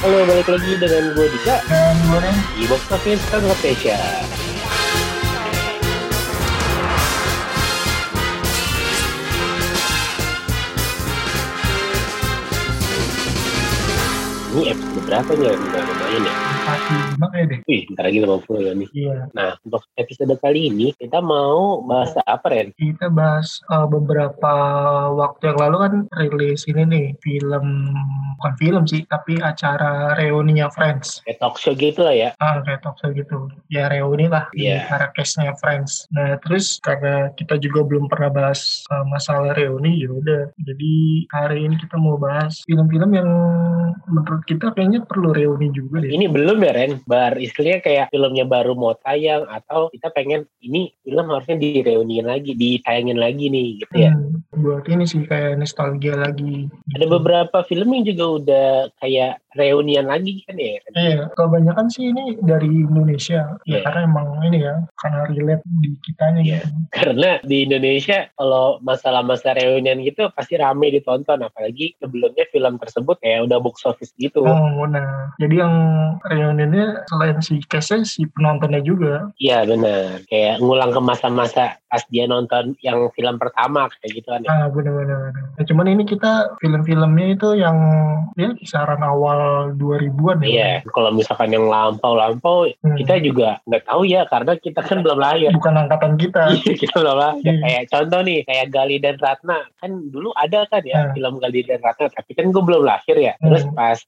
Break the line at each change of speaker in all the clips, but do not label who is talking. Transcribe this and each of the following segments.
Halo, balik lagi dengan gue Dika
Dan gue Ren.
di Box Office Conversation. Ini episode berapa nih? Udah lumayan ya?
Pasti lima kayak deh.
Wih, bentar lagi 80 ya nih.
Iya.
Nah, untuk episode kali ini kita mau bahas apa, Ren?
Kita bahas uh, beberapa waktu yang lalu kan rilis ini nih film bukan film sih tapi acara reuninya Friends.
Kayak talk show gitu lah ya.
Ah, kayak talk show gitu. Ya reuni lah di
Iya.
Marrakeshnya Friends. Nah terus karena kita juga belum pernah bahas uh, masalah reuni ya udah. Jadi hari ini kita mau bahas film-film yang menurut kita kayaknya perlu reuni juga deh.
Ini belum ya, Ren? Bar istilahnya kayak filmnya baru mau tayang atau kita pengen ini film harusnya direuniin lagi, ditayangin lagi nih gitu ya.
Hmm, buat ini sih kayak nostalgia lagi.
Ada
Gitu.
beberapa film yang juga udah kayak reunian lagi kan ya.
Iya, kebanyakan sih ini dari Indonesia. Ya
Iya.
karena emang ini ya, karena relate di kitanya
Iya.
gitu.
Karena di Indonesia kalau masalah-masalah reunian gitu pasti rame ditonton. Apalagi sebelumnya film tersebut kayak udah box office gitu.
Oh, nah. Jadi yang reuninya selain si case si penontonnya juga.
Iya benar. Kayak ngulang ke masa-masa pas dia nonton yang film pertama kayak gitu kan ya.
Ah, bener-bener. Nah, cuman ini kita film-filmnya itu yang ya kisaran awal 2000-an
Iya,
ya.
kalau misalkan yang lampau-lampau
Hmm.
kita juga nggak tahu ya karena kita kan belum lahir.
Bukan angkatan kita.
Iya, kita belum lahir.
Iya.
Kayak contoh nih, kayak Gali dan Ratna. Kan dulu ada kan ya
Hmm.
film Gali dan Ratna. Tapi kan gue belum lahir ya.
Hmm.
Terus pas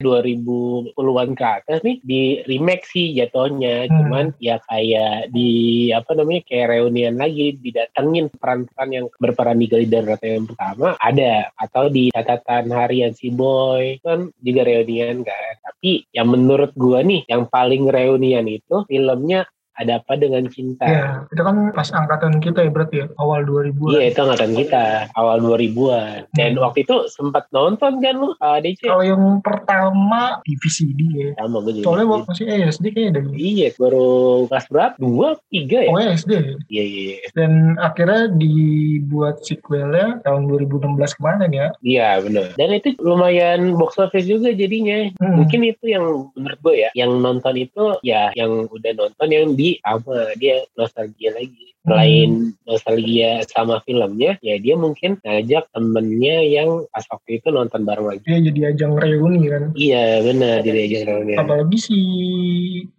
2010-an ke atas nih, di remake sih jatuhnya.
Hmm.
Cuman ya kayak di, apa namanya, kayak reunian lagi. Didatengin peran-peran yang berperan di Gali dan Ratna yang pertama. Ada. Atau di catatan harian si Boy. Kan juga reunian kan. Tapi yang menurut gue nih, yang paling reunian itu filmnya ada apa dengan cinta.
Iya, itu kan pas angkatan kita ya berarti ya, awal 2000-an.
Iya itu angkatan kita awal 2000-an dan waktu itu sempat nonton kan lu uh, DC
Kalau yang pertama DVCD ya.
sama gue juga
Soalnya waktu masih SD kayaknya dari
iya baru kelas berapa dua tiga ya
Pokoknya SD ya.
iya iya iya.
dan akhirnya dibuat sequelnya tahun 2016 kemarin ya
iya benar dan itu lumayan box office juga jadinya
Hmm.
mungkin itu yang menurut gue ya yang nonton itu ya yang udah nonton yang di sama dia nostalgia lagi
Hmm.
selain nostalgia sama filmnya ya dia mungkin ngajak temennya yang pas waktu itu nonton bareng lagi
dia jadi ajang reuni kan
iya benar jadi aja reunian.
apalagi si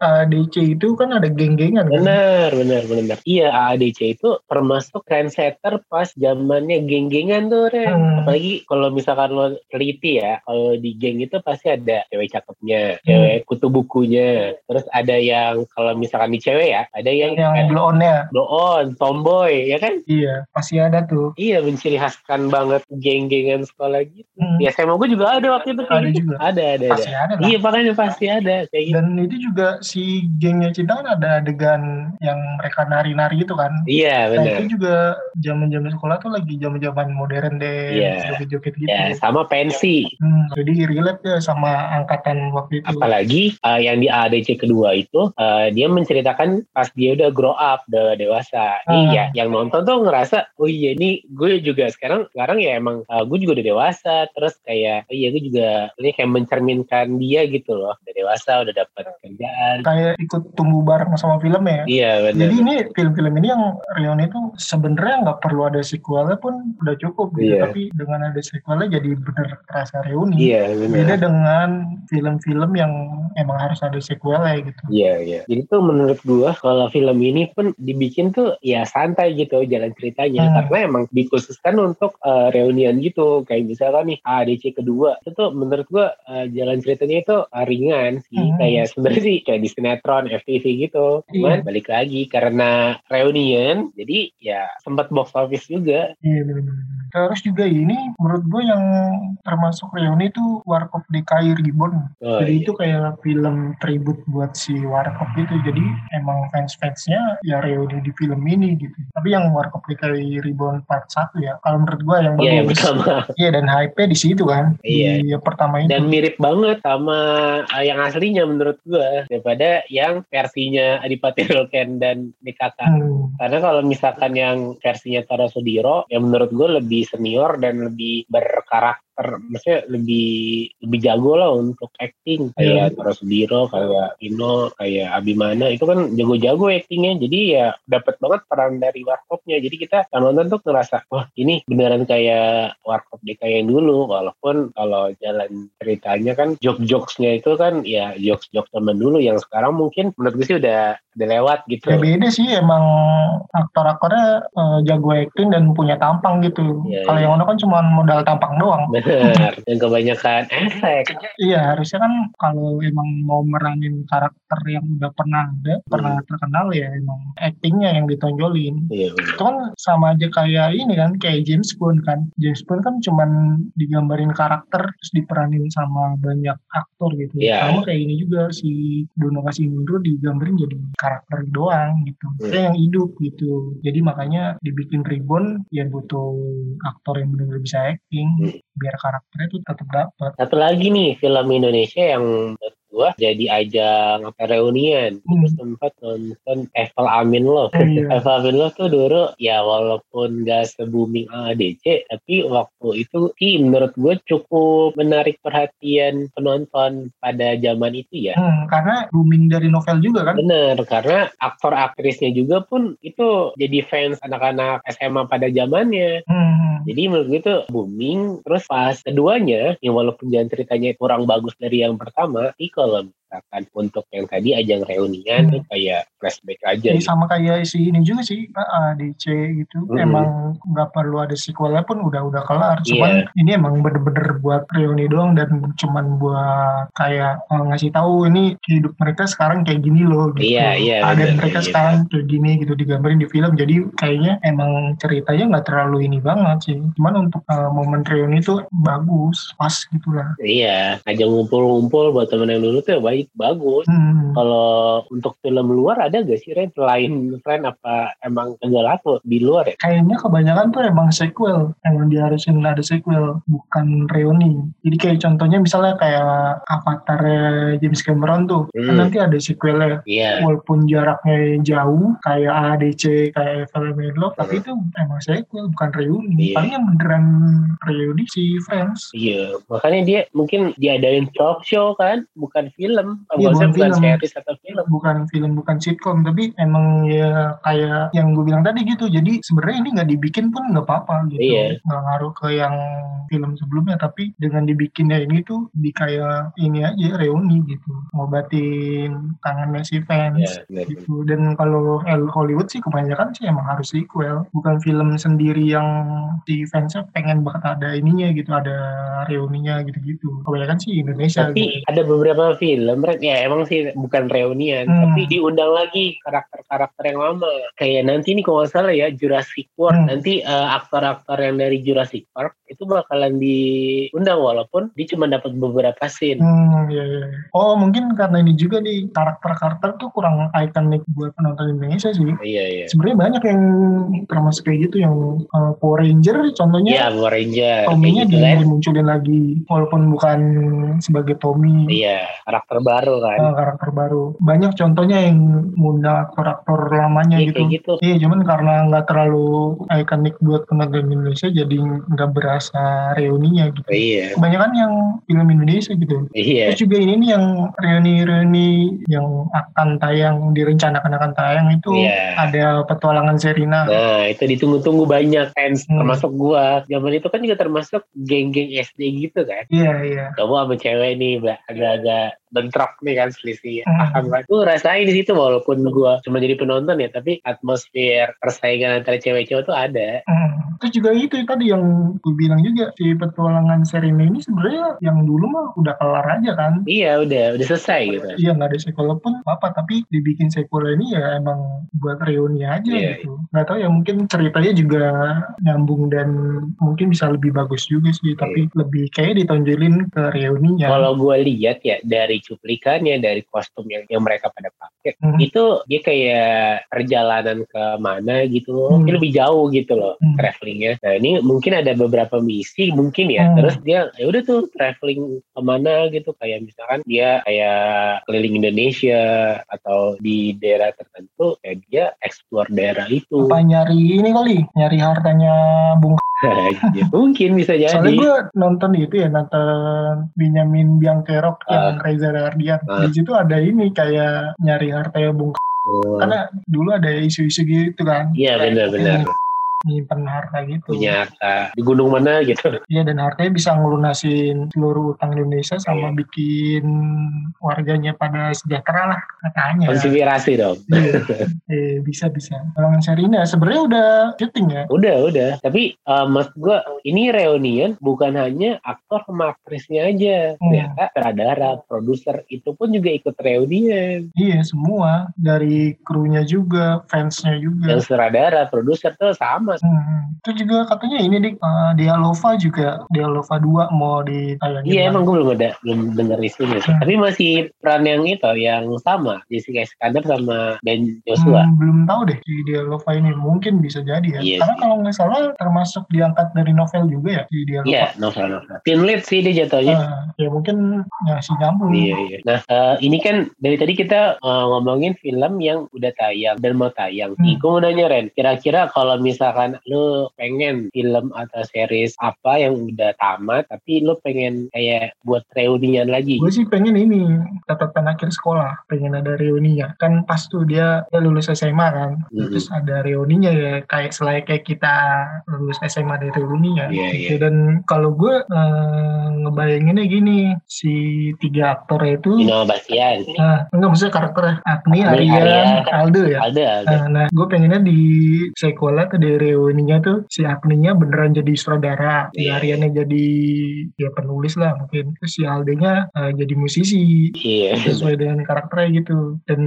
ADC itu kan ada geng-gengan kan
Benar, benar, benar. Iya, AADC itu termasuk trendsetter pas zamannya geng-gengan tuh, Ren.
Hmm.
Apalagi kalau misalkan lo teliti ya, kalau di geng itu pasti ada cewek
Hmm.
cakepnya, cewek kutu bukunya. Terus ada yang, kalau misalkan di cewek ya, ada yang,
yang
yang
blow on-nya
doon, tomboy, ya kan?
iya pasti ada tuh
Iya, menciri khaskan banget geng-gengan sekolah gitu.
Hmm.
Ya, saya mau gue juga ada waktu itu. kayak
Ada
gitu.
juga.
Ada, ada, ada.
pasti ada lah
Iya, makanya pasti ada. Kayak gitu.
dan itu juga si gengnya cinta kan ada adegan yang mereka nari-nari itu kan
Iya,
Nah,
benar.
itu juga zaman-zaman sekolah tuh lagi zaman-zaman modern deh,
Iya.
joget-joget gitu.
Ya, sama pensi.
Hmm, jadi relate ya sama angkatan waktu itu.
Apalagi uh, yang di ADC kedua itu uh, dia menceritakan pas dia udah grow up, udah dewasa.
Ah.
Iya, yang nonton tuh ngerasa, oh iya ini gue juga sekarang sekarang ya emang uh, gue juga udah dewasa. Terus kayak, oh iya gue juga ini kayak mencerminkan dia gitu loh, udah dewasa, udah dapat kerjaan.
kayak ikut tumbuh bareng sama film ya.
Iya benar.
Jadi ini film-film ini yang reuni itu sebenarnya nggak perlu ada sequelnya pun udah cukup gitu.
Iya.
Tapi dengan ada sequelnya jadi bener kerasa reuni.
Iya benar.
Beda dengan film-film yang emang harus ada sequelnya gitu.
Iya, iya. Jadi tuh menurut gua kalau film ini pun dibikin tuh ya santai gitu jalan ceritanya.
Hmm.
Karena emang dikhususkan untuk eh, reunian gitu. Kayak misalnya nih ADC kedua. Itu tuh menurut gua eh, jalan ceritanya itu eh, ringan sih.
Hmm.
Kayak sebenarnya sih kayak di sinetron, FTV gitu. Cuman
Iya.
balik lagi karena reunian. Jadi ya sempat box office juga.
Iya bener-bener. Terus juga ini menurut gue yang termasuk reuni itu Warkop DKI Reborn.
Oh,
jadi
iya.
itu kayak film tribute buat si Warkop itu. Jadi emang fans-fansnya ya reuni di film ini gitu. Tapi yang Warkop DKI Reborn Part 1 ya. Kalau menurut gua yang
Iya, yang
bagus.
pertama.
Iya dan hype-nya di situ kan.
Iya.
Di yang pertama itu.
Dan mirip banget sama eh, yang aslinya menurut gua daripada yang versinya Adipati Dolken dan DKK.
Hmm.
Karena kalau ya misalkan yang versinya Tara Sudiro, yang menurut gue lebih senior dan lebih berkarakter ter, maksudnya lebih lebih jago lah untuk acting kayak yeah. Taros Diro kayak Ino kayak Abimana itu kan jago-jago actingnya jadi ya dapat banget peran dari warkopnya jadi kita yang nonton tuh ngerasa wah ini beneran kayak warkop DKI yang dulu walaupun kalau jalan ceritanya kan jok-joksnya itu kan ya jokes-jokes temen dulu yang sekarang mungkin menurut gue sih udah udah lewat gitu
ya beda sih emang aktor-aktornya uh, jago acting dan punya tampang gitu
Iya,
yeah, kalau yeah. yang ono kan cuma modal tampang doang
benar dan kebanyakan efek
iya harusnya kan kalau emang mau meranin karakter yang udah pernah ada hmm. pernah terkenal ya emang actingnya yang ditonjolin
iya benar.
itu kan sama aja kayak ini kan kayak James Bond kan James Bond kan cuman digambarin karakter terus diperanin sama banyak aktor gitu
Iya.
sama kayak ini juga si Dono Kasimodo digambarin jadi karakter doang gitu
Hmm.
saya yang hidup gitu jadi makanya dibikin ribbon ya butuh aktor yang benar-benar bisa acting
Hmm.
biar karakternya tuh tetap dapet
satu lagi nih film Indonesia yang menurut gua jadi ajang apa reunian
Hmm.
sempat nonton Eiffel Amin Love
Iya.
Eiffel Amin Love tuh dulu ya walaupun gak se-booming AADC tapi waktu itu sih menurut gue cukup menarik perhatian penonton pada zaman itu ya
Hmm, karena booming dari novel juga kan
Bener, karena aktor aktrisnya juga pun itu jadi fans anak-anak SMA pada zamannya.
Hmm,
Jadi menurut gue itu booming. Terus pas keduanya, ya walaupun jalan ceritanya kurang bagus dari yang pertama, tapi kalau misalkan untuk yang tadi ajang reunian
Hmm.
tuh kayak flashback aja.
Jadi
gitu.
sama kayak si ini juga sih AA, DC gitu
Hmm. Iya.
emang nggak perlu ada sequelnya pun udah udah kelar cuman ini emang bener-bener buat reuni doang dan cuman buat kayak eh, ngasih tahu ini hidup mereka sekarang kayak gini loh gitu
Iya, iya,
ada
bener,
mereka
iya.
sekarang kayak gini gitu digambarin di film jadi kayaknya emang ceritanya nggak terlalu ini banget sih cuman untuk eh, momen reuni itu bagus pas gitu lah
Iya, ajang ngumpul-ngumpul buat temen yang dulu tuh ya baik, bagus.
Hmm.
Kalau untuk film luar ada gak sih Ren? Selain Ren apa emang kagak laku di luar ya?
kayaknya kebanyakan tuh emang sequel emang diharusin ada sequel bukan reuni jadi kayak contohnya misalnya kayak Avatar James Cameron tuh kan
Hmm.
nanti ada sequelnya
Iya.
walaupun jaraknya jauh kayak ADC kayak Evelyn Love tapi itu emang sequel bukan reuni
Hmm. Iya.
paling yang beneran reuni si Friends
Iya, makanya dia mungkin diadain talk show kan, bukan film. Maksudnya
Iya, bukan
bukan
film.
series atau film.
Iya, bukan film bukan sitkom tapi emang ya kayak yang gue bilang tadi gitu jadi sebenarnya ini nggak dibikin pun nggak apa-apa gitu
Iya.
nggak ngaruh ke yang film sebelumnya tapi dengan dibikinnya ini tuh di kayak ini aja reuni gitu ngobatin tangannya si fans
Iya, benar.
gitu dan kalau L- Hollywood sih kebanyakan sih emang harus sequel bukan film sendiri yang si fansnya pengen banget ada ininya gitu ada reuninya gitu-gitu kebanyakan sih Indonesia gitu.
Tapi ada beberapa film, Ren, ya emang sih bukan reunian,
Hmm.
tapi diundang lagi karakter-karakter yang lama. Kayak nanti nih kalau nggak salah ya Jurassic World,
Hmm.
nanti eh, aktor-aktor yang dari Jurassic Park itu bakalan diundang walaupun dia cuma dapat beberapa scene.
Hmm, iya, iya. Oh, mungkin karena ini juga nih karakter-karakter tuh kurang ikonik buat penonton Indonesia sih.
Iya iya.
Sebenarnya banyak yang termasuk kayak gitu yang uh, Power Ranger contohnya
Iya, Power Ranger, kayak
Tommy-nya
gitu kan.
dimunculin lagi walaupun bukan sebagai Tommy.
Iya, karakter baru kan.
uh, karakter baru banyak contohnya yang ngundang aktor-aktor lamanya
Iya,
gitu
kayak gitu.
Iya, cuman karena nggak terlalu ikonik buat penonton Indonesia, jadi nggak berasa reuninya gitu.
Iya.
Kebanyakan yang film Indonesia gitu,
Iya.
Terus juga ini nih yang reuni-reuni yang akan tayang direncanakan akan tayang itu
Iya.
ada petualangan Serina.
Nah, itu ditunggu-tunggu banyak fans,
Hmm.
termasuk gua. Zaman itu kan juga termasuk geng-geng SD gitu kan.
Iya iya.
Kamu sama cewek nih, Mbak, agak-agak bentrok nih kan selisihnya.
Hmm.
Paham kan? Gue rasain di situ walaupun gua cuma jadi penonton ya, tapi atmosfer persaingan antara cewek cewek tuh ada.
Hmm. Terus juga itu tadi yang gue bilang juga si petualangan Serina ini sebenarnya yang dulu mah udah kelar aja kan.
Iya, udah udah selesai gitu.
Iya nggak ada sequel pun apa tapi dibikin sequel ini ya emang buat reuni aja
Iya.
gitu. Nggak tahu ya mungkin ceritanya juga nyambung dan mungkin bisa lebih bagus juga sih tapi lebih kayak ditonjolin ke reuninya.
Iya. Kalau gua lihat ya dari cuplikannya, dari kostum yang, yang mereka pada pakai,
Hmm.
itu dia kayak perjalanan ke mana gitu,
Hmm.
Dia lebih jauh gitu loh
Hmm.
travelingnya. Nah ini mungkin ada beberapa misi mungkin ya,
Hmm.
terus dia ya udah tuh traveling kemana gitu, kayak misalkan dia kayak keliling Indonesia atau di daerah tertentu, ya dia explore daerah itu.
apa nyari ini kali nyari hartanya bung
ya, mungkin bisa jadi.
Soalnya gue nonton itu ya nonton Benjamin Biang Kerok yang Reza Rahardian.
Ah.
Di situ ada ini kayak nyari harta ya bung. K-
Oh,
Karena dulu ada isu-isu gitu kan.
Iya benar-benar
Nyimpen harta gitu.
punya harta di gunung mana gitu.
Iya dan hartanya bisa ngelunasin seluruh utang Indonesia
Iya.
sama bikin warganya pada sejahtera lah katanya.
Konspirasi dong.
Iya. eh, bisa bisa. Kalangan Serina sebenarnya udah syuting ya.
Udah, udah. Tapi eh, maksud gue ini reunion bukan hanya aktor sama aktrisnya aja.
Hmm.
Ternyata sutradara, produser itu pun juga ikut reunion.
Iya semua dari krunya juga, fansnya juga.
Yang sutradara, produser tuh sama.
Hmm. Itu juga katanya ini di eh, Dialova juga Dialova 2 mau ditayangin.
Iya
lagi.
emang gue belum ada belum denger isunya sih.
Hmm.
Tapi masih peran yang itu yang sama Jessica Iskandar sama Ben Joshua.
Hmm, belum tahu deh di Dialova ini mungkin bisa jadi ya.
Iya
Karena
sih.
kalau nggak salah termasuk diangkat dari novel juga ya di Dialova.
Iya novel novel. Pin lead sih dia jatuhnya.
Eh, ya mungkin ngasih nyambung.
Iya, iya. Nah, eh, ini kan dari tadi kita eh, ngomongin film yang udah tayang dan mau tayang. Nih,
Hmm.
gue mau nanya Ren, kira-kira kalau misalkan lu pengen film atau series apa yang udah tamat, tapi lu pengen kayak buat reunian lagi?
Gue sih pengen ini catatan akhir sekolah, pengen ada reuninya. Kan pas tuh dia, dia lulus SMA kan,
Mhm.
terus ada reuninya ya kayak selain kayak kita lulus SMA dari reuninya.
Iya, iya.
Ya, Dan kalau gue eh, ngebayanginnya gini, si tiga aktor itu,
Dino Bastian,
nah, enggak maksudnya karakternya Agni,
Iya. Agni,
Arya,
Arya.
Aldo ya.
Alda, Alda.
Nah, nah gue pengennya di sequelnya atau di reuninya tuh si Agninya beneran jadi sutradara, si
Iya.
Aryanya jadi ya penulis lah mungkin, terus si Aldenya eh, jadi musisi
Iya.
sesuai dengan karakternya gitu. Dan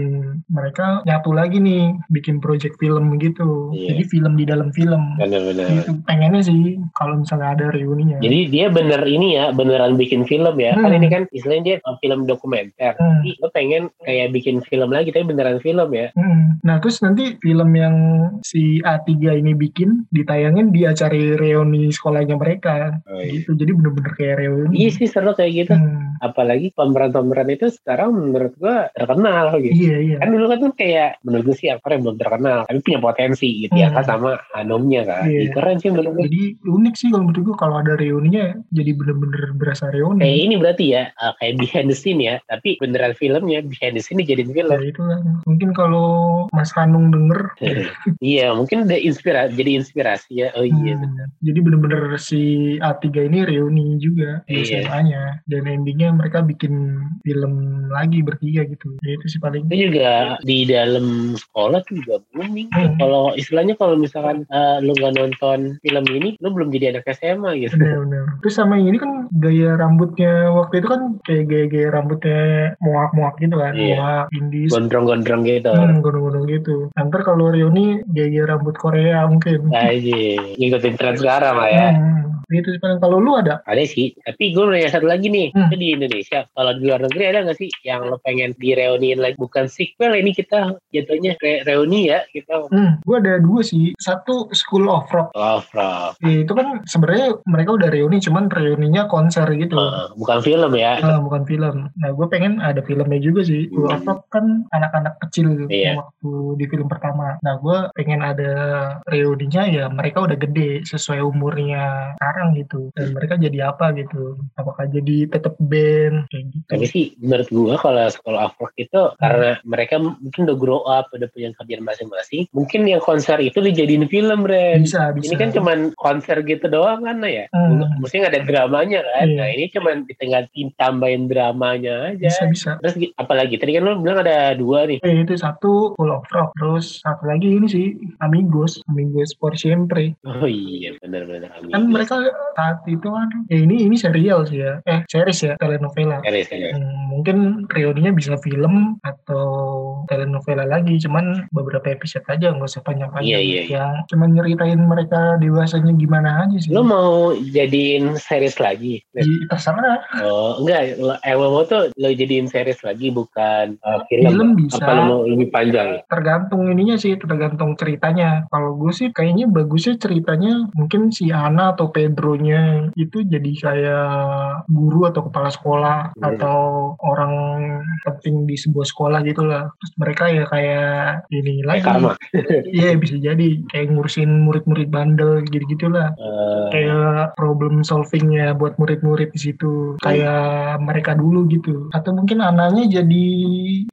mereka nyatu lagi nih bikin project film gitu.
Iya.
Jadi film di dalam film.
Benar-benar.
Gitu. Pengennya sih kalau misalnya ada reuninya.
Jadi dia bener ini ya, beneran bikin film ya. Kan
Hmm.
ini kan istilahnya dia eh, film dokumenter.
Hmm.
Tapi lu pengen kayak bikin film lagi, tapi beneran film ya.
Mm. Nah terus nanti film yang si A3 ini bikin ditayangin di acara reuni sekolahnya mereka
Oh,
gitu jadi bener-bener kayak reuni
Iya sih seru kayak gitu.
Hmm.
apalagi pemeran-pemeran itu sekarang menurut gua terkenal gitu
Iya iya.
kan dulu kan tuh kayak menurut gue sih aktor yang belum terkenal tapi punya potensi gitu ya
Hmm.
kan sama Anomnya kan
Iya.
Ih, keren sih menurut gue
Jadi unik sih kalau menurut gue kalau ada reuninya jadi bener-bener berasa
kayak
reuni.
ini berarti ya eh, kayak behind the scene ya tapi beneran filmnya behind the scene dijadiin film
Ya itulah. Mungkin kalau Mas Hanung denger,
iya mungkin ada inspirasi jadi inspirasi ya oh iya
hmm,
benar
jadi bener-bener si A3 ini reuni juga di
Iya.
SMA-nya. Dan endingnya mereka bikin film lagi bertiga gitu. Ya itu sih paling.
itu juga di dalam sekolah tuh juga booming
Hmm.
kalau istilahnya kalau misalkan eh, lu nggak nonton film ini lu belum jadi anak SMA gitu
Bener-bener. Terus sama ini kan gaya rambutnya waktu itu kan kayak gaya-gaya rambutnya moak-moak gitu kan.
Iya.
Moak, indis,
gondrong-gondrong gitu
hmm, gunung-gunung gitu. Nanti kalau reuni gaya rambut Korea mungkin.
aja ngikutin tren sekarang lah ya
Hmm, gitu sih paling kalau lu ada
ada sih tapi gue mau nanya satu lagi nih
Hmm.
itu di Indonesia kalau di luar negeri ada nggak sih yang lo pengen direuniin lagi bukan sequel ini kita jatuhnya re reuni ya kita oh,
hmm, gue ada dua sih satu School of Rock
love love
Eh, itu kan sebenarnya mereka udah reuni cuman reuninya konser gitu
Heeh, bukan film ya
Ah, bukan film. Nah, gue pengen ada filmnya juga sih. School of
Hmm.
Rock kan anak-anak kecil
Iya.
waktu di film pertama. Nah, gue pengen ada reuninya ya mereka udah gede sesuai umurnya sekarang gitu. Dan mereka jadi apa gitu. Apakah jadi tetap band kayak gitu.
tapi sih menurut gue kalau sekolah of Rock itu karena mereka mungkin udah grow up udah punya kerjaan masing-masing mungkin yang konser itu dijadiin film Ren
Bisa, bisa.
ini kan cuman konser gitu doang kan ya
Hmm.
mesti nggak ada dramanya kan
Iya.
nah ini cuman di tengah tim tambahin dramanya aja
bisa, bisa.
Terus gi- apalagi tadi kan lo bilang ada dua nih.
Eh, itu satu Full of Rock, terus satu lagi ini sih Amigos, Amigos por siempre.
Oh iya benar-benar amin.
Kan mereka saat itu kan, ya ini ini serial sih ya, eh series ya, telenovela.
Serius, serius.
Hmm, mungkin reuninya bisa film atau telenovela lagi, cuman beberapa episode aja nggak usah panjang-panjang.
Iya, iya, iya.
Ya, cuman nyeritain mereka dewasanya gimana aja sih.
Lo mau jadiin series lagi?
Di- terserah,
Oh enggak, lo, eh, lo mau tuh lo jadiin series lagi bukan eh, film.
film bisa.
Apa lo mau lebih panjang?
tergantung ininya sih tergantung ceritanya kalau gue sih kayaknya bagusnya ceritanya mungkin si Ana atau Pedronya itu jadi kayak guru atau kepala sekolah
Hmm.
atau orang penting di sebuah sekolah gitu lah terus mereka ya kayak ini
Kayak
lagi
karma.
iya bisa jadi kayak ngurusin murid-murid bandel gitu gitulah
Eh, Betul.
kayak problem solvingnya buat murid-murid di situ kayak mereka dulu gitu atau mungkin anaknya jadi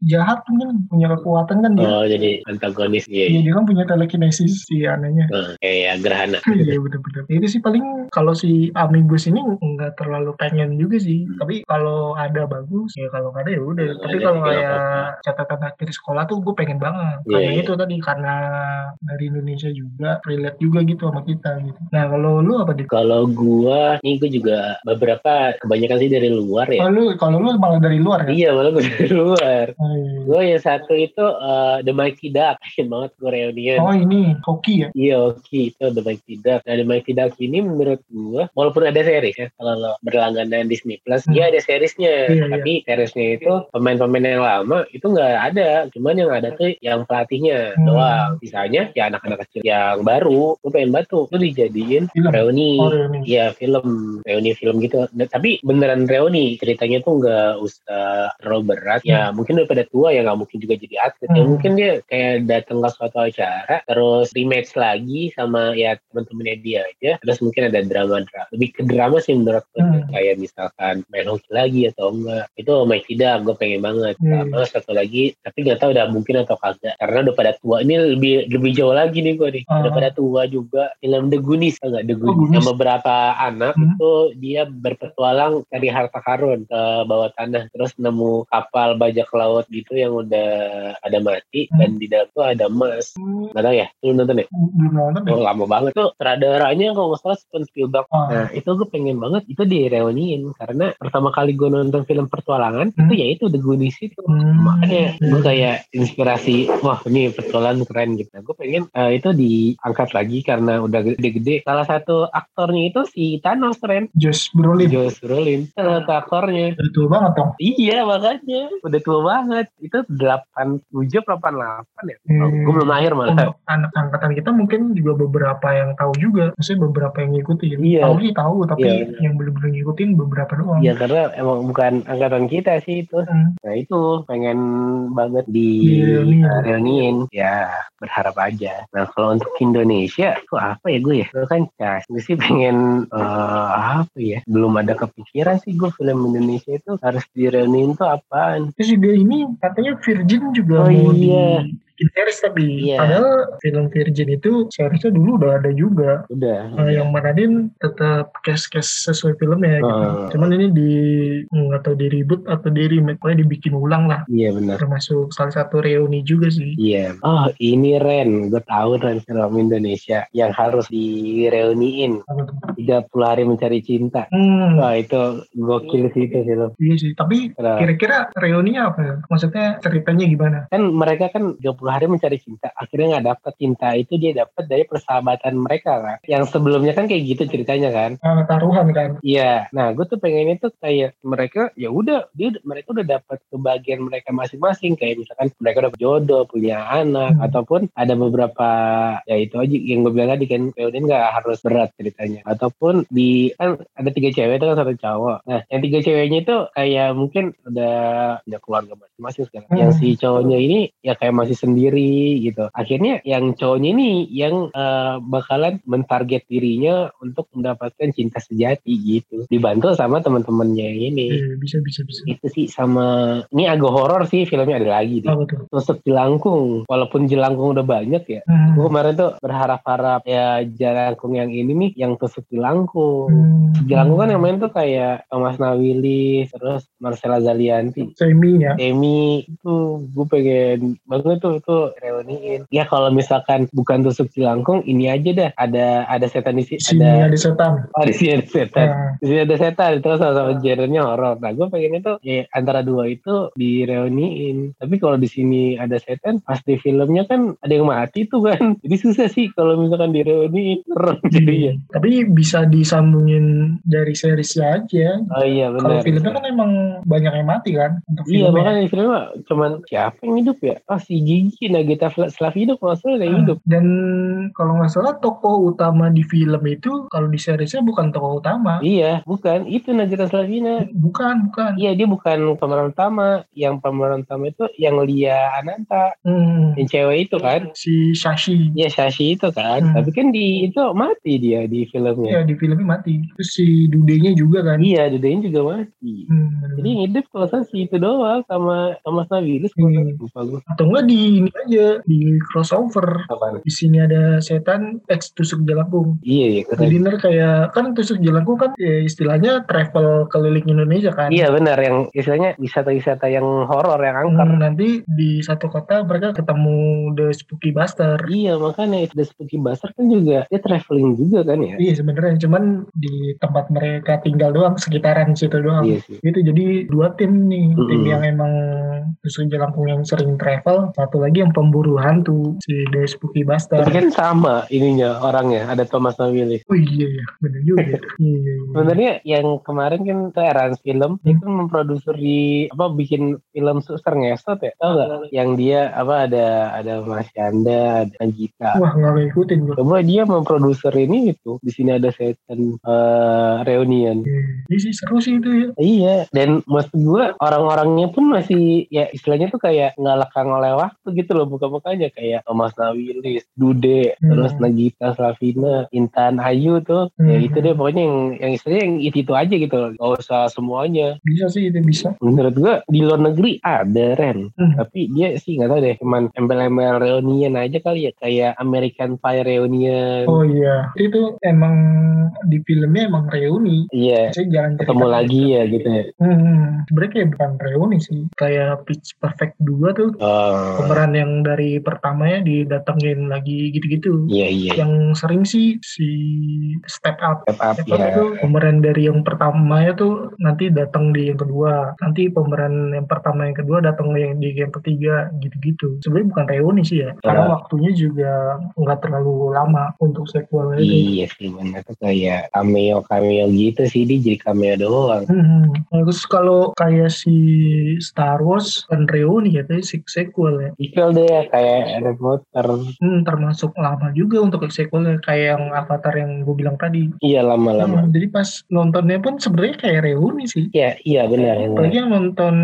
jahat mungkin punya kekuatan kan dia
Oh jadi antagonis
Iya,
iya. iya.
dia kan punya telekinesis si anaknya.
Hmm, kayak gerhana.
Iya bener-bener. Itu sih paling kalau si Amigos ini nggak terlalu pengen juga sih.
Hmm.
Tapi kalau ada bagus, ya kalau nggak ada ya udah.
Kalau
Tapi
ada
kalau
sih nggak
kayak
Iya, apa-apa.
catatan akhir sekolah tuh gue pengen banget.
Iya,
Karena
iya.
itu tadi karena dari Indonesia juga relate juga gitu sama kita gitu. Nah kalau lu apa di?
Kalau gua, ini gua juga beberapa kebanyakan sih dari luar ya.
Kalau lu kalau lu malah dari luar ya?
Iya malah gua dari luar.
Oh, iya.
Gua yang satu itu eh, The Mighty Duck. Pengen banget gua reunion.
Oh ini hoki ya?
Iya oke itu The Mighty Duck. Nah The Mighty Duck ini menurut gua walaupun ada series ya kalau lo berlangganan Disney Plus
Hmm.
dia ada seriesnya
Iya,
tapi seriesnya itu pemain-pemain yang lama itu nggak ada cuman yang ada tuh yang pelatihnya
Hmm.
doang sisanya ya anak-anak kecil yang baru lu pengen banget tuh lu dijadiin
Film.
reuni
Oh ini.
Iya film, reuni film gitu. Nah, tapi beneran reuni, ceritanya tuh nggak usah terlalu berat. Ya mungkin udah pada tua ya nggak mungkin juga jadi atlet. Ya
Hmm.
mungkin dia kayak datang ke suatu acara, terus rematch lagi sama ya teman-temannya dia aja. Terus mungkin ada drama-drama. Lebih ke drama sih menurut gue.
Hmm.
Kayak misalkan main hoki lagi atau enggak. Itu main tidak, gue pengen banget.
Hmm.
Sama satu lagi, tapi nggak tahu udah mungkin atau kagak. Karena udah pada tua. Ini lebih lebih jauh lagi nih gue nih. Udah
Hmm.
pada tua juga. Film The Goonies, tau nggak The
Oh,
Goonies.
Goonies.
Yang beberapa anak
Hmm.
itu dia berpetualang dari harta karun ke bawah tanah terus nemu kapal bajak laut gitu yang udah ada mati
Hmm.
dan di dalam tuh ada emas
Hmm,
nggak tahu ya lu nonton ya
Belum nonton ya?
Oh, lama banget tuh sutradaranya kalau nggak salah Steven Spielberg
Oh.
nah itu gue pengen banget itu direuniin karena pertama kali gue nonton film pertualangan
Hmm.
itu ya itu The Goonies itu
Hmm.
makanya gue ya? kayak inspirasi wah ini persoalan keren gitu gue pengen eh, itu diangkat lagi karena udah gede-gede salah satu aktornya itu si Thanos keren
Josh Brolin.
Josh Brolin salah satu aktornya
Betul banget dong.
Iya makanya udah tua banget itu 87 88 ya
Hmm.
gue belum lahir malah
untuk anak angkatan kita mungkin juga beberapa yang tahu juga maksudnya beberapa yang ngikutin
Iya.
tahu sih tahu tapi
Iya, benar.
yang belum belum ngikutin beberapa doang
Iya karena emang bukan angkatan kita sih itu
Hmm.
Nah itu pengen banget di
Direuniin.
uh, reuniin ya berharap aja. Nah kalau untuk Indonesia itu apa ya gue ya? Gue kan cas, gue sih pengen eh, apa ya? Belum ada kepikiran sih gue film Indonesia itu harus direuniin tuh apaan?
terus juga ini katanya Virgin juga
Oh,
mau
iya.
dibikin series tapi
Iya.
padahal film Virgin itu seriesnya dulu udah ada juga
Udah.
Nah, yang mananin tetap case-case sesuai filmnya gitu.
Hmm.
Cuman ini di nggak tahu di reboot atau di remake, pokoknya dibikin ulang lah.
Iya benar.
Termasuk salah satu reuni juga sih.
Iya. Oh ini Ren, gue tahu Ren film Indonesia yang harus direuniin. 30 hari mencari cinta.
Hmm,
Wah itu gokil sih itu film.
iya sih. Tapi
Keren.
Kira-kira reuninya apa ya? Maksudnya ceritanya gimana?
kan mereka kan 30 hari mencari cinta akhirnya nggak dapet cinta itu dia dapet dari persahabatan mereka kan yang sebelumnya kan kayak gitu ceritanya kan
Ah, taruhan kan?
iya nah gue tuh pengennya tuh kayak mereka ya udah dia mereka udah dapet kebahagiaan mereka masing-masing kayak misalkan mereka udah jodoh punya anak
Hmm.
ataupun ada beberapa ya itu aja yang gue bilang tadi kan POD nggak harus berat ceritanya ataupun di kan ada tiga cewek itu kan satu cowok nah yang tiga ceweknya itu kayak mungkin udah punya keluarga masing-masing segala
Hmm.
yang si cowoknya ini ya kayak masih sendiri gitu akhirnya yang cowoknya ini yang eh, bakalan mentarget dirinya untuk mendapatkan cinta sejati gitu dibantu sama teman-temannya yang ini
Iya, bisa, bisa, bisa.
itu sih sama ini agak horor sih filmnya ada lagi deh
Apa tuh?
tusuk jelangkung walaupun jelangkung udah banyak ya
Hmm.
gue kemarin tuh berharap-harap ya jelangkung yang ini nih yang tusuk jelangkung
Hmm.
jelangkung kan yang main tuh kayak Thomas Nawili terus Marcella Zalianti
Semi
Iya,
ya?
Demi itu gue pengen banget tuh itu reuniin. Ya kalau misalkan bukan tusuk cilangkung ini aja dah ada ada setan di sini
Sini
ada
ada setan.
oh, di sini ada setan.
Ah,
Di sini ada setan terus sama-sama genre-nya horor. Nah gue pengen itu ya, antara dua itu direuniin. Tapi kalau di sini ada setan pasti filmnya kan ada yang mati tuh kan. Jadi susah sih kalau misalkan direuniin serem
Hmm.
ya. jadinya.
iya. Tapi bisa disambungin dari seriesnya aja.
Oh iya
Kalau
benar.
filmnya kan emang banyak yang mati kan? Untuk
Iya
filmnya.
makanya filmnya cuman siapa yang hidup ya? Oh si Gigi Nagita Slav hidup kalau nggak salah ada yang hidup.
Ah, Dan kalau nggak salah tokoh utama di film itu kalau di seriesnya bukan tokoh utama.
Iya, bukan. Itu Nagita Slavina.
Bukan, bukan.
Iya, dia bukan pemeran utama. Yang pemeran utama itu yang Lia Ananta.
Hmm.
Yang cewek itu kan.
Si Shashi.
Iya, Shashi itu kan.
Hmm.
Tapi kan di itu mati dia di filmnya.
ya di filmnya mati. Terus si Dudenya juga kan.
Iya, Dudenya juga mati.
Hmm.
Jadi ngidip kalau saya sih itu doang sama sama Snabilis
Hmm.
hmm. lupa gue.
atau enggak di ini aja di crossover.
Apaan?
Di sini ada setan X tusuk jelangkung.
Iya iya keren.
Di dinner kayak kan tusuk jelangkung kan ya istilahnya travel keliling Indonesia kan.
Iya benar yang istilahnya wisata-wisata yang horor yang angker.
Hmm, nanti di satu kota mereka ketemu The Spooky Buster.
Iya makanya itu The Spooky Buster kan juga dia traveling juga kan ya.
Iya sebenarnya cuman di tempat mereka tinggal doang sekitaran situ doang.
Iya sih.
Itu Gitu, jadi dua tim nih, tim
Mm-mm.
yang emang justru jelangkung yang sering travel, satu lagi yang pemburu hantu si The Spooky Buster.
Tapi kan sama ininya orangnya ada Thomas Willis.
Oh iya iya, benar juga. iya iya. iya.
Sebenarnya yang kemarin kan Terans film
Hmm.
itu memproduser di apa bikin film Suster Ngesot ya tau gak? Yang dia apa ada ada Mas Yanda, ada Gita.
Wah nggak ngikutin gue.
Coba dia memproduser ini itu di sini ada setan eh, reunion.
Iya. Ini sih seru sih itu ya.
Iya, dan maksud gue orang-orangnya pun masih ya istilahnya tuh kayak nggak lekang oleh waktu gitu loh buka-bukanya kayak oh, Thomas Nawilis, Dude,
Hmm.
terus Nagita Slavina, Intan Ayu tuh ya
Hmm.
itu deh pokoknya yang yang istilahnya yang itu, itu aja gitu loh nggak usah semuanya
Bisa sih itu bisa.
menurut gue di luar negeri ada Ren
Hmm.
tapi dia sih nggak tahu deh cuman embel-embel reunion aja kali ya kayak American Pie reunion
Oh iya, itu emang di filmnya emang reuni.
iya
Saya jangan cerita.
ketemu lagi ya gitu ya
Hmm, sebenarnya kayak bukan reuni sih, kayak Pitch Perfect 2 tuh
oh,
pemeran yang dari pertamanya didatengin lagi gitu-gitu.
iya iya
Yang sering sih si Step Up.
step up
Step Up
ya
itu pemeran dari yang pertamanya tuh nanti datang di yang kedua. Nanti pemeran yang pertama yang kedua datang yang di yang ketiga gitu-gitu. Sebenarnya bukan reuni sih ya, karena
Ya.
waktunya juga nggak terlalu lama untuk sequelnya itu.
Iya sih bener tuh kayak cameo cameo gitu sih dia jadi cameo doang.
Hmm, terus kalau kayak si Star Wars kan reuni ya, tapi se- sequel ya.
Equal deh kayak Harry Potter.
Hmm, termasuk lama juga untuk sequelnya kayak yang Avatar yang gue bilang tadi.
Iya lama-lama.
Hmm, jadi pas nontonnya pun sebenarnya kayak reuni sih.
Iya iya benar. benar.
Apalagi yang nonton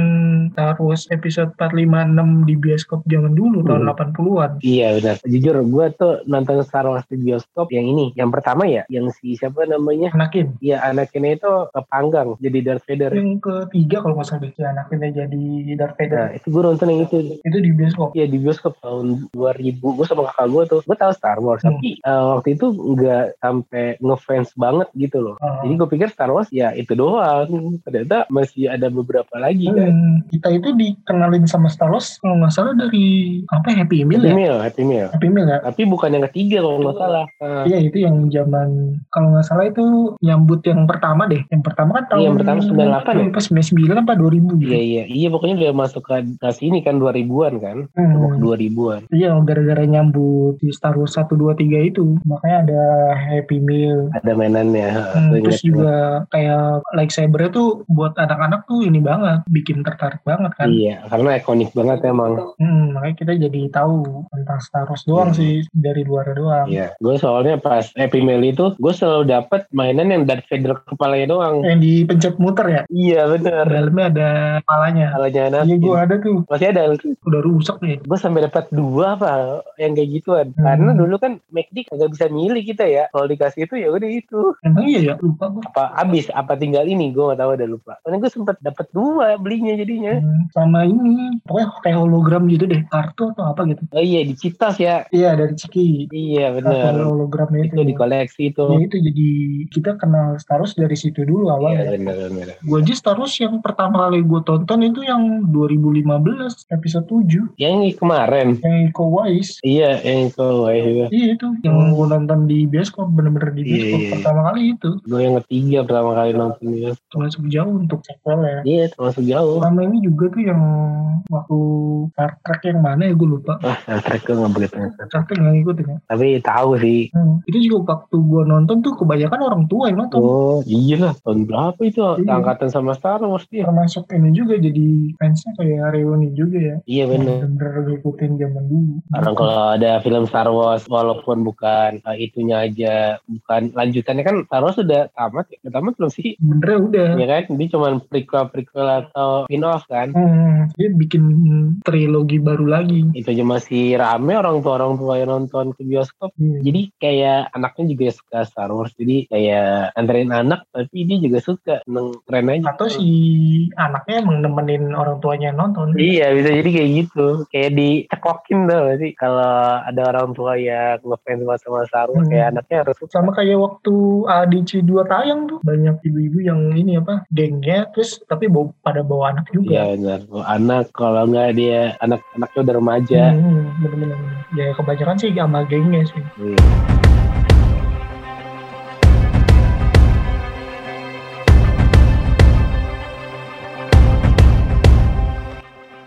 Star Wars episode 456 di bioskop zaman dulu tahun
Hmm.
80-an.
Iya benar. Jujur gue tuh nonton Star Wars di bioskop yang ini, yang pertama ya, yang si siapa namanya?
Anakin.
Iya anaknya itu kepanggang jadi Darth Vader.
Yang ketiga kalau nggak salah deh, si Anakin yang jadi Darth Vader.
Nah itu gue nonton yang itu.
Itu di bioskop.
Iya di bioskop tahun 2000 Gue sama kakak gue tuh Gue tahu Star Wars
Hmm.
Tapi eh, waktu itu nggak sampai ngefans banget gitu loh
Ah.
Jadi gue pikir Star Wars ya itu doang Ternyata masih ada beberapa lagi kan
Hmm, kita itu dikenalin sama Star Wars kalau nggak salah dari apa Happy Meal
Happy
ya?
Meal Happy Meal
Happy Meal ya?
Tapi bukan yang ketiga kalau nggak salah Eh,
Iya itu yang zaman kalau nggak salah itu nyambut yang pertama deh. Yang pertama kan tahun
Iya, yang pertama 98 ya?
Pas 99 apa 2000 gitu.
Iya iya Iya pokoknya udah masuk ke ke sini kan 2000an kan
Hmm.
Mau ke 2000an
Iya, gara-gara nyambut di Star Wars 1, 2, 3 itu. Makanya ada Happy Meal.
Ada mainannya
Hmm,
Aku
terus
ingat banget.
juga kayak lightsaber tuh buat anak-anak tuh ini banget. Bikin tertarik banget kan.
Iya karena ikonik banget emang
Hmm, makanya kita jadi tahu tentang Star Wars doang
Hmm.
sih. Dari luar doang.
Iya, gue soalnya pas Happy Meal itu gue selalu dapet mainan yang Darth Vader kepalanya doang.
Yang dipencet muter ya.
Iya bener.
Dalamnya ada palanya.
Kepalanya
Iya,
Anakin.
gue ada tuh.
Masih ada.
Udah rusak deh.
Gue sampai dapat dua apa yang kayak gituan.
Hmm.
Karena dulu kan McD kagak bisa milih kita ya. Kalau dikasih itu ya udah itu.
Emang iya ya? Lupa gue.
Apa habis apa tinggal ini gue gak tahu ada lupa. Karena gue sempet dapat dua belinya jadinya.
Hmm, sama ini. Pokoknya kayak hologram gitu deh. Kartu atau apa gitu.
Oh iya di Citas ya.
Iya, dari Ciki.
Iya
Kartu
bener.
hologram itu.
Itu di koleksi
Ya
itu.
itu jadi kita kenal Star Wars dari situ dulu awalnya.
Iya bener bener.
Gue aja Star Wars yang pertama kali gue tonton itu yang 2015 episode 7
Yang kemarin.
yang Iko Uwais.
Iya yang itu. Iya.
Iya itu yang gue nonton di bioskop bener-bener di
Iya,
bioskop
iya, iya.
pertama kali itu.
Gue yang ketiga pertama kali nonton dia.
Termasuk jauh untuk sequel ya.
Iya, termasuk jauh.
Selama ini juga tuh yang waktu Star Trek yang mana ya gue lupa.
Wah, Star Trek gue gak begitu nonton.
Star Trek gak ngikutin ya.
Tapi tahu sih.
Hmm. Itu juga waktu gue nonton tuh kebanyakan orang tua yang nonton.
Oh, iya lah. Tahun berapa itu?
Iya.
Angkatan sama Star Wars dia.
Termasuk ini juga jadi fansnya kayak reuni juga ya.
Iya bener.
bener ngikutin zaman dulu
Orang kalau ada film Star Wars, walaupun bukan eh, itunya aja, bukan lanjutannya kan Star Wars sudah tamat, ya. Udah tamat belum sih?
bener udah
Ya kan, dia cuma prequel-prequel atau spin-off kan.
Hmm, dia bikin trilogi baru lagi
Itu aja masih rame orang tua-orang tua yang nonton ke bioskop.
Iya.
Jadi kayak anaknya juga suka Star Star Wars jadi kayak anterin anak tapi dia juga suka seneng keren aja
atau si anaknya emang nemenin orang tuanya nonton
Iya bisa jadi kayak gitu Kayak dicekokin tuh gak sih Kalau ada orang tua yang ngefans banget sama Star Wars
Hmm.
Kayak anaknya harus suka
sama kayak waktu ADC 2 tayang tuh banyak ibu-ibu yang ini apa gengnya terus tapi bawa, pada bawa anak
Iya
juga
benar Anak kalau nggak dia Anak-anaknya udah remaja
Hmm, bener-bener ya kebanyakan sih sama gengnya sih
Iya.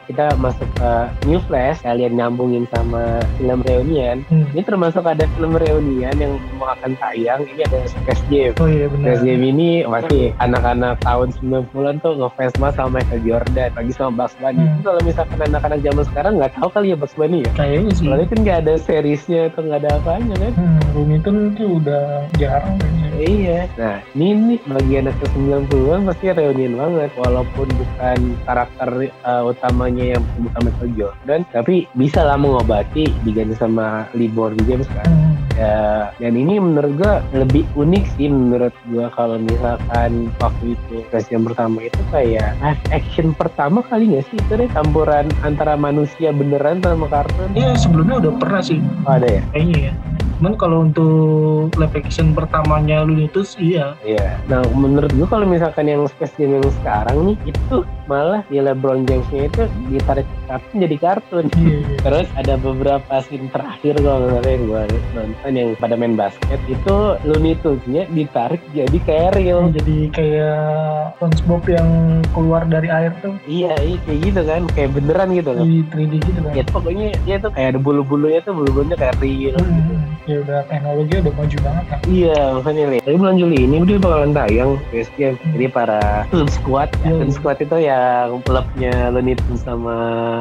Kita masuk ke New Flash Kalian nyambungin sama film reunian
Hmm.
Ini termasuk ada film reunian yang mau akan tayang. Ini ada Space Jam.
oh iya benar
Space Jam ini pasti anak-anak tahun 90-an tuh ngefans banget sama Michael Jordan. Lagi sama Bugs Bunny.
Hmm.
Itu Kalau misalkan anak-anak zaman sekarang nggak tahu kali ya Bugs Bunny ya.
kayaknya sih
Soalnya kan nggak ada seriesnya atau nggak ada apanya kan.
hmm, Looney Tunes tuh udah jarang kayaknya
Iya. Nah, ini nih bagi anak ke 90-an pasti reunian banget. Walaupun bukan karakter uh, utamanya yang bukan Michael Jordan, tapi bisa lah mengobati diganti sama Lee Bordy James kan.
Hmm.
Ya, dan ini menurut gua lebih unik sih menurut gua kalau misalkan waktu itu tes yang pertama itu kayak live action pertama kali nggak sih itu deh campuran antara manusia beneran sama kartun
Dia Iya, sebelumnya udah pernah sih
Oh, ada ya
kayaknya ya. Cuman kalau untuk live action pertamanya Looney Tunes iya.
Iya. Nah menurut gua kalau misalkan yang Space Jam yang sekarang nih itu malah di LeBron Jamesnya itu ditarik ke kartun jadi kartun.
Iya, iya.
Terus ada beberapa scene terakhir kalau nggak salah yang gue nonton yang pada main basket itu Looney Tunes-nya ditarik jadi
Oh,
Carrion.
jadi kayak SpongeBob yang keluar dari air tuh
Iya, iya kayak gitu kan, kayak beneran gitu loh.
di 3D gitu kan.
Ya pokoknya dia tuh kayak ada bulu-bulunya tuh bulu-bulunya kayak real.
Hmm, ya udah teknologi udah maju banget kan.
Iya, makanya lihat. Tapi bulan Juli ini dia bakalan tayang PSGM. Jadi para Club Squad, ya.
Iya.
Club Squad itu yang klubnya Looney Tunes sama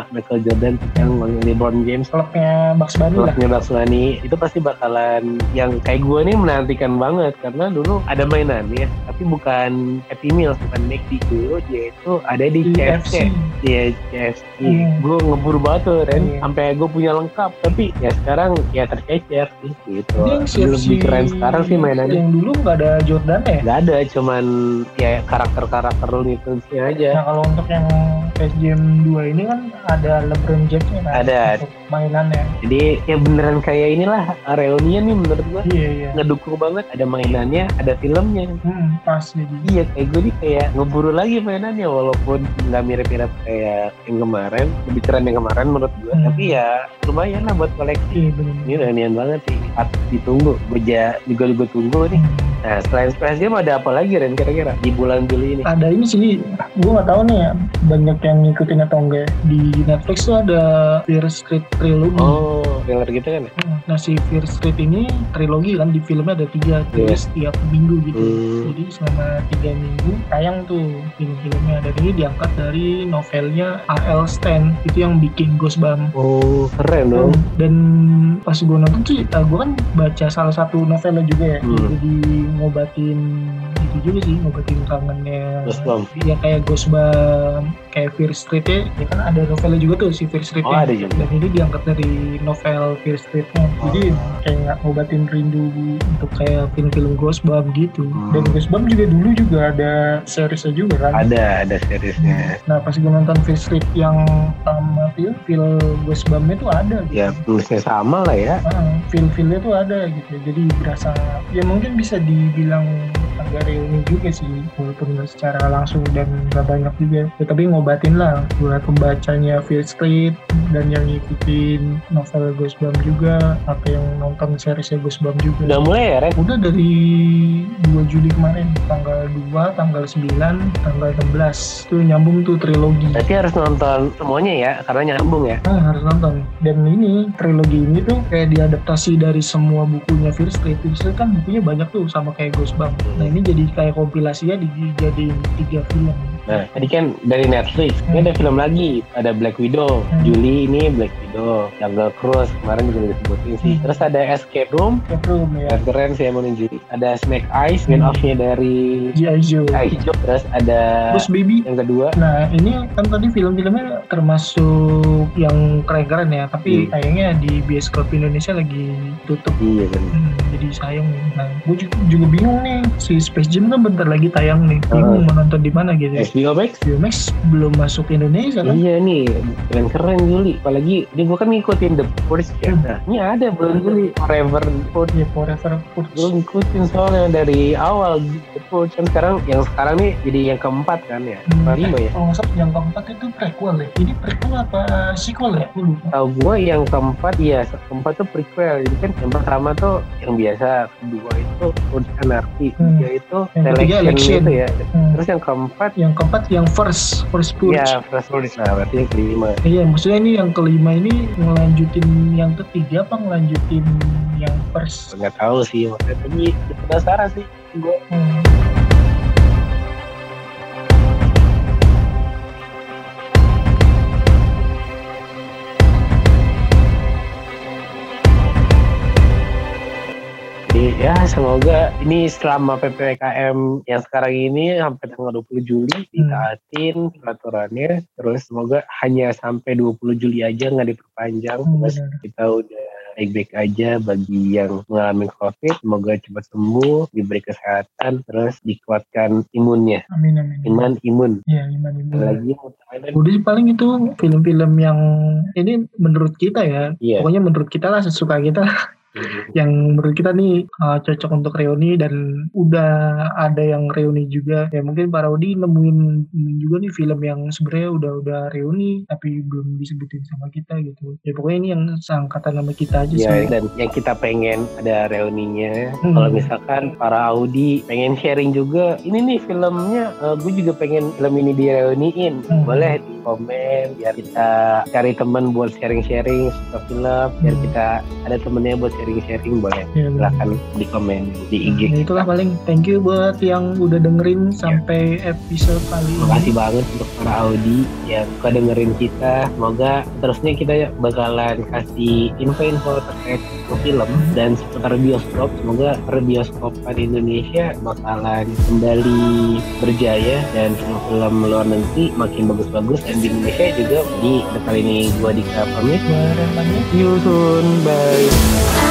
Michael Jordan yang LeBron James.
Klubnya Bugs Bunny lah.
Klubnya Baslani itu pasti bakalan yang kayak gue nih menantikan banget karena dulu ada mainannya tapi bukan Happy Meal bukan McD dulu dia itu ada di KFC.
UFC.
Iya, KFC.
Hmm.
Gue ngeburu banget tuh, Ren.
Iya.
Sampai gue punya lengkap. Tapi ya sekarang ya tercecer sih gitu.
Jadi yang
Lebih
CFC
keren sekarang sih mainannya.
Yang dulu nggak ada Jordan ya.
Gak ada, cuman ya karakter-karakter Looney Tunes-nya aja.
Nah kalau untuk yang PS Jam 2 ini kan ada LeBron James nya kan.
Ada.
Untuk mainannya.
Jadi ya beneran kayak inilah reunian nih menurut gue.
Iya iya.
Ngedukung banget. Ada mainannya, ada filmnya.
Hmm, pas jadi.
Iya, kayak gue nih kayak ngeburu lagi mainannya walaupun nggak mirip-mirip kayak yang kemarin, lebih keren yang kemarin menurut gue.
Hmm.
Tapi ya lumayan lah buat koleksi.
Iya benar.
Ini reunian banget sih. Patut ditunggu. Gue ja- juga gue tunggu nih.
Hmm.
Nah, selain Space Jam ada apa lagi Ren kira-kira di bulan Juli ini?
ada ini sih gue nggak tahu nih ya, banyak yang ngikutin atau enggak di Netflix tuh ada Fear Street Trilogy
Oh, trailer gitu kan ya?
Hmm, nah si Fear Street ini trilogi kan di filmnya ada tiga jadi
Iya.
setiap minggu gitu
Hmm.
jadi selama tiga minggu tayang tuh film-filmnya dan ini diangkat dari novelnya R.L. Stan itu yang bikin Ghostbump
Oh, keren dong.
dan pas gue nonton sih gue kan baca salah satu novelnya juga ya
Hmm.
jadi ngobatin itu juga sih ngobatin kangennya
Terus Bang.
ya kayak Ghostbam kayak Fear Street ya, ya kan ada novelnya juga tuh si Fear Street ya.
Oh, ada juga. Oh.
dan ini diangkat dari novel Fear Streetnya jadi kayak ngobatin rindu untuk kayak film-film Ghostbam gitu
Hmm.
dan Ghostbam juga dulu juga ada seriesnya juga kan
Ada, ada seriesnya.
nah pas gue nonton Fear Street yang pertama film film Ghostbamnya tuh ada gitu
Ya, penulisnya sama lah ya.
Ah, feel-feelnya tuh ada gitu jadi berasa ya mungkin bisa dibilang agak reuni juga sih walaupun nggak secara langsung dan nggak banyak juga ya, tapi ngobatin lah buat pembacanya Feel Street dan yang ngikutin novel Ghostbump juga atau yang nonton seriesnya Ghostbump juga
Udah mulai ya, Ren?
Udah dari 2 Juli kemarin, tanggal 2, tanggal 9, tanggal 16. Itu nyambung tuh trilogi.
Berarti harus nonton semuanya ya, karena nyambung ya.
Nah, harus nonton. Dan ini trilogi ini tuh kayak diadaptasi dari semua bukunya Fear Street. Fear Street kan bukunya banyak tuh sama kayak Ghostbump. Nah ini jadi kayak kompilasinya dijadiin tiga film.
Nah, tadi kan dari Netflix, ini ada film lagi, ada Black Widow.
Hmm.
Juli ini Black Widow, Jungle Cruise, kemarin juga udah disebutin sih.
Hmm.
Terus ada Escape Room,
Kayak film ya.
yang keren sih emang ini. Ada Snake Eyes, spin off-nya dari
G.I. Joe.
Eyes Joe. Ah, Terus ada
Terus Baby.
yang kedua,
Nah ini kan tadi film-filmnya termasuk yang keren-keren ya. Tapi
Hmm.
kayaknya di bioskop Indonesia lagi tutup.
iya benar.
Hmm, jadi sayang nih. Nah, gue juga, juga bingung nih si Space Jam kan bentar lagi tayang nih.
Hmm.
Bingung mau nonton di mana gitu.
HBO Max
HBO Max belum masuk ke Indonesia kan?
Iya nih, keren-keren Juli. Apalagi, ini gue kan ngikutin The Purge ya.
Hmm.
Ini ada bulan Juli, Forever The Purge.
Ya Forever Purge.
Gue ngikutin soalnya dari awal The Purge. Kan sekarang, yang sekarang nih jadi yang keempat kan ya?
Hmm.
Kelima ya?
Kalau nggak salah yang keempat itu prequel ya. Ini prequel apa sequel ya? Gue lupa.
Tahu gue yang keempat ya keempat tuh prequel. Jadi kan yang pertama tuh yang biasa, kedua itu Purge Anarchy,
Hmm.
yaitu
Yang ketiga,
selection
Election.
itu ya.
Hmm.
Terus yang keempat
Yang keempat yang first first Purge.
ya Fresh Purge lah, berarti yang kelima.
Iya, maksudnya ini yang kelima ini ngelanjutin yang ketiga apa ngelanjutin yang first?
Nggak tahu sih, maksudnya tapi penasaran sih. Gue
Hmm.
Jadi ya semoga ini selama PPKM yang sekarang ini sampai tanggal 20 Juli
Hmm.
ditaatin peraturannya. Terus semoga hanya sampai 20 Juli aja nggak diperpanjang.
Hmm,
Terus
benar.
kita udah baik-baik aja bagi yang mengalami COVID. Semoga cepat sembuh, diberi kesehatan, terus dikuatkan imunnya.
Amin amin.
Iman, imun.
Iya, iman iman.
Lagi yang terakhir,
Udah sih paling itu film-film yang ini menurut kita ya.
Iya.
Pokoknya menurut kita lah sesuka kita lah, yang menurut kita nih uh, cocok untuk reuni dan udah ada yang reuni juga. Ya mungkin para Odi nemuin, nemuin juga nih film yang sebenarnya udah udah reuni tapi belum disebutin sama kita gitu. Ya pokoknya ini yang seangkatan sama kita aja
Ya,
sih.
dan yang kita pengen ada reuninya.
Hmm.
Kalau misalkan para Audi pengen sharing juga, ini nih filmnya, eh, gue juga pengen film ini direuniin.
Hmm.
Boleh di komen, biar kita cari teman buat sharing-sharing suka film, biar
Hmm.
kita ada temennya buat sharing-sharing boleh.
Ya, bener.
Silahkan di komen iya. di IG. Iya.
Nah, itulah paling thank you buat yang udah dengerin sampai episode kali
Terima
ini.
kasih banget untuk para Audi yang suka dengerin kita. Semoga terusnya kita bakalan kasih info-info terkait film dan seputar bioskop. Semoga perbioskopan Indonesia bakalan kembali berjaya dan film-film luar negeri makin bagus-bagus dan di Indonesia juga di kali ini gua di pamit.
Gua Rehan Pamit.
See you soon. Bye.
I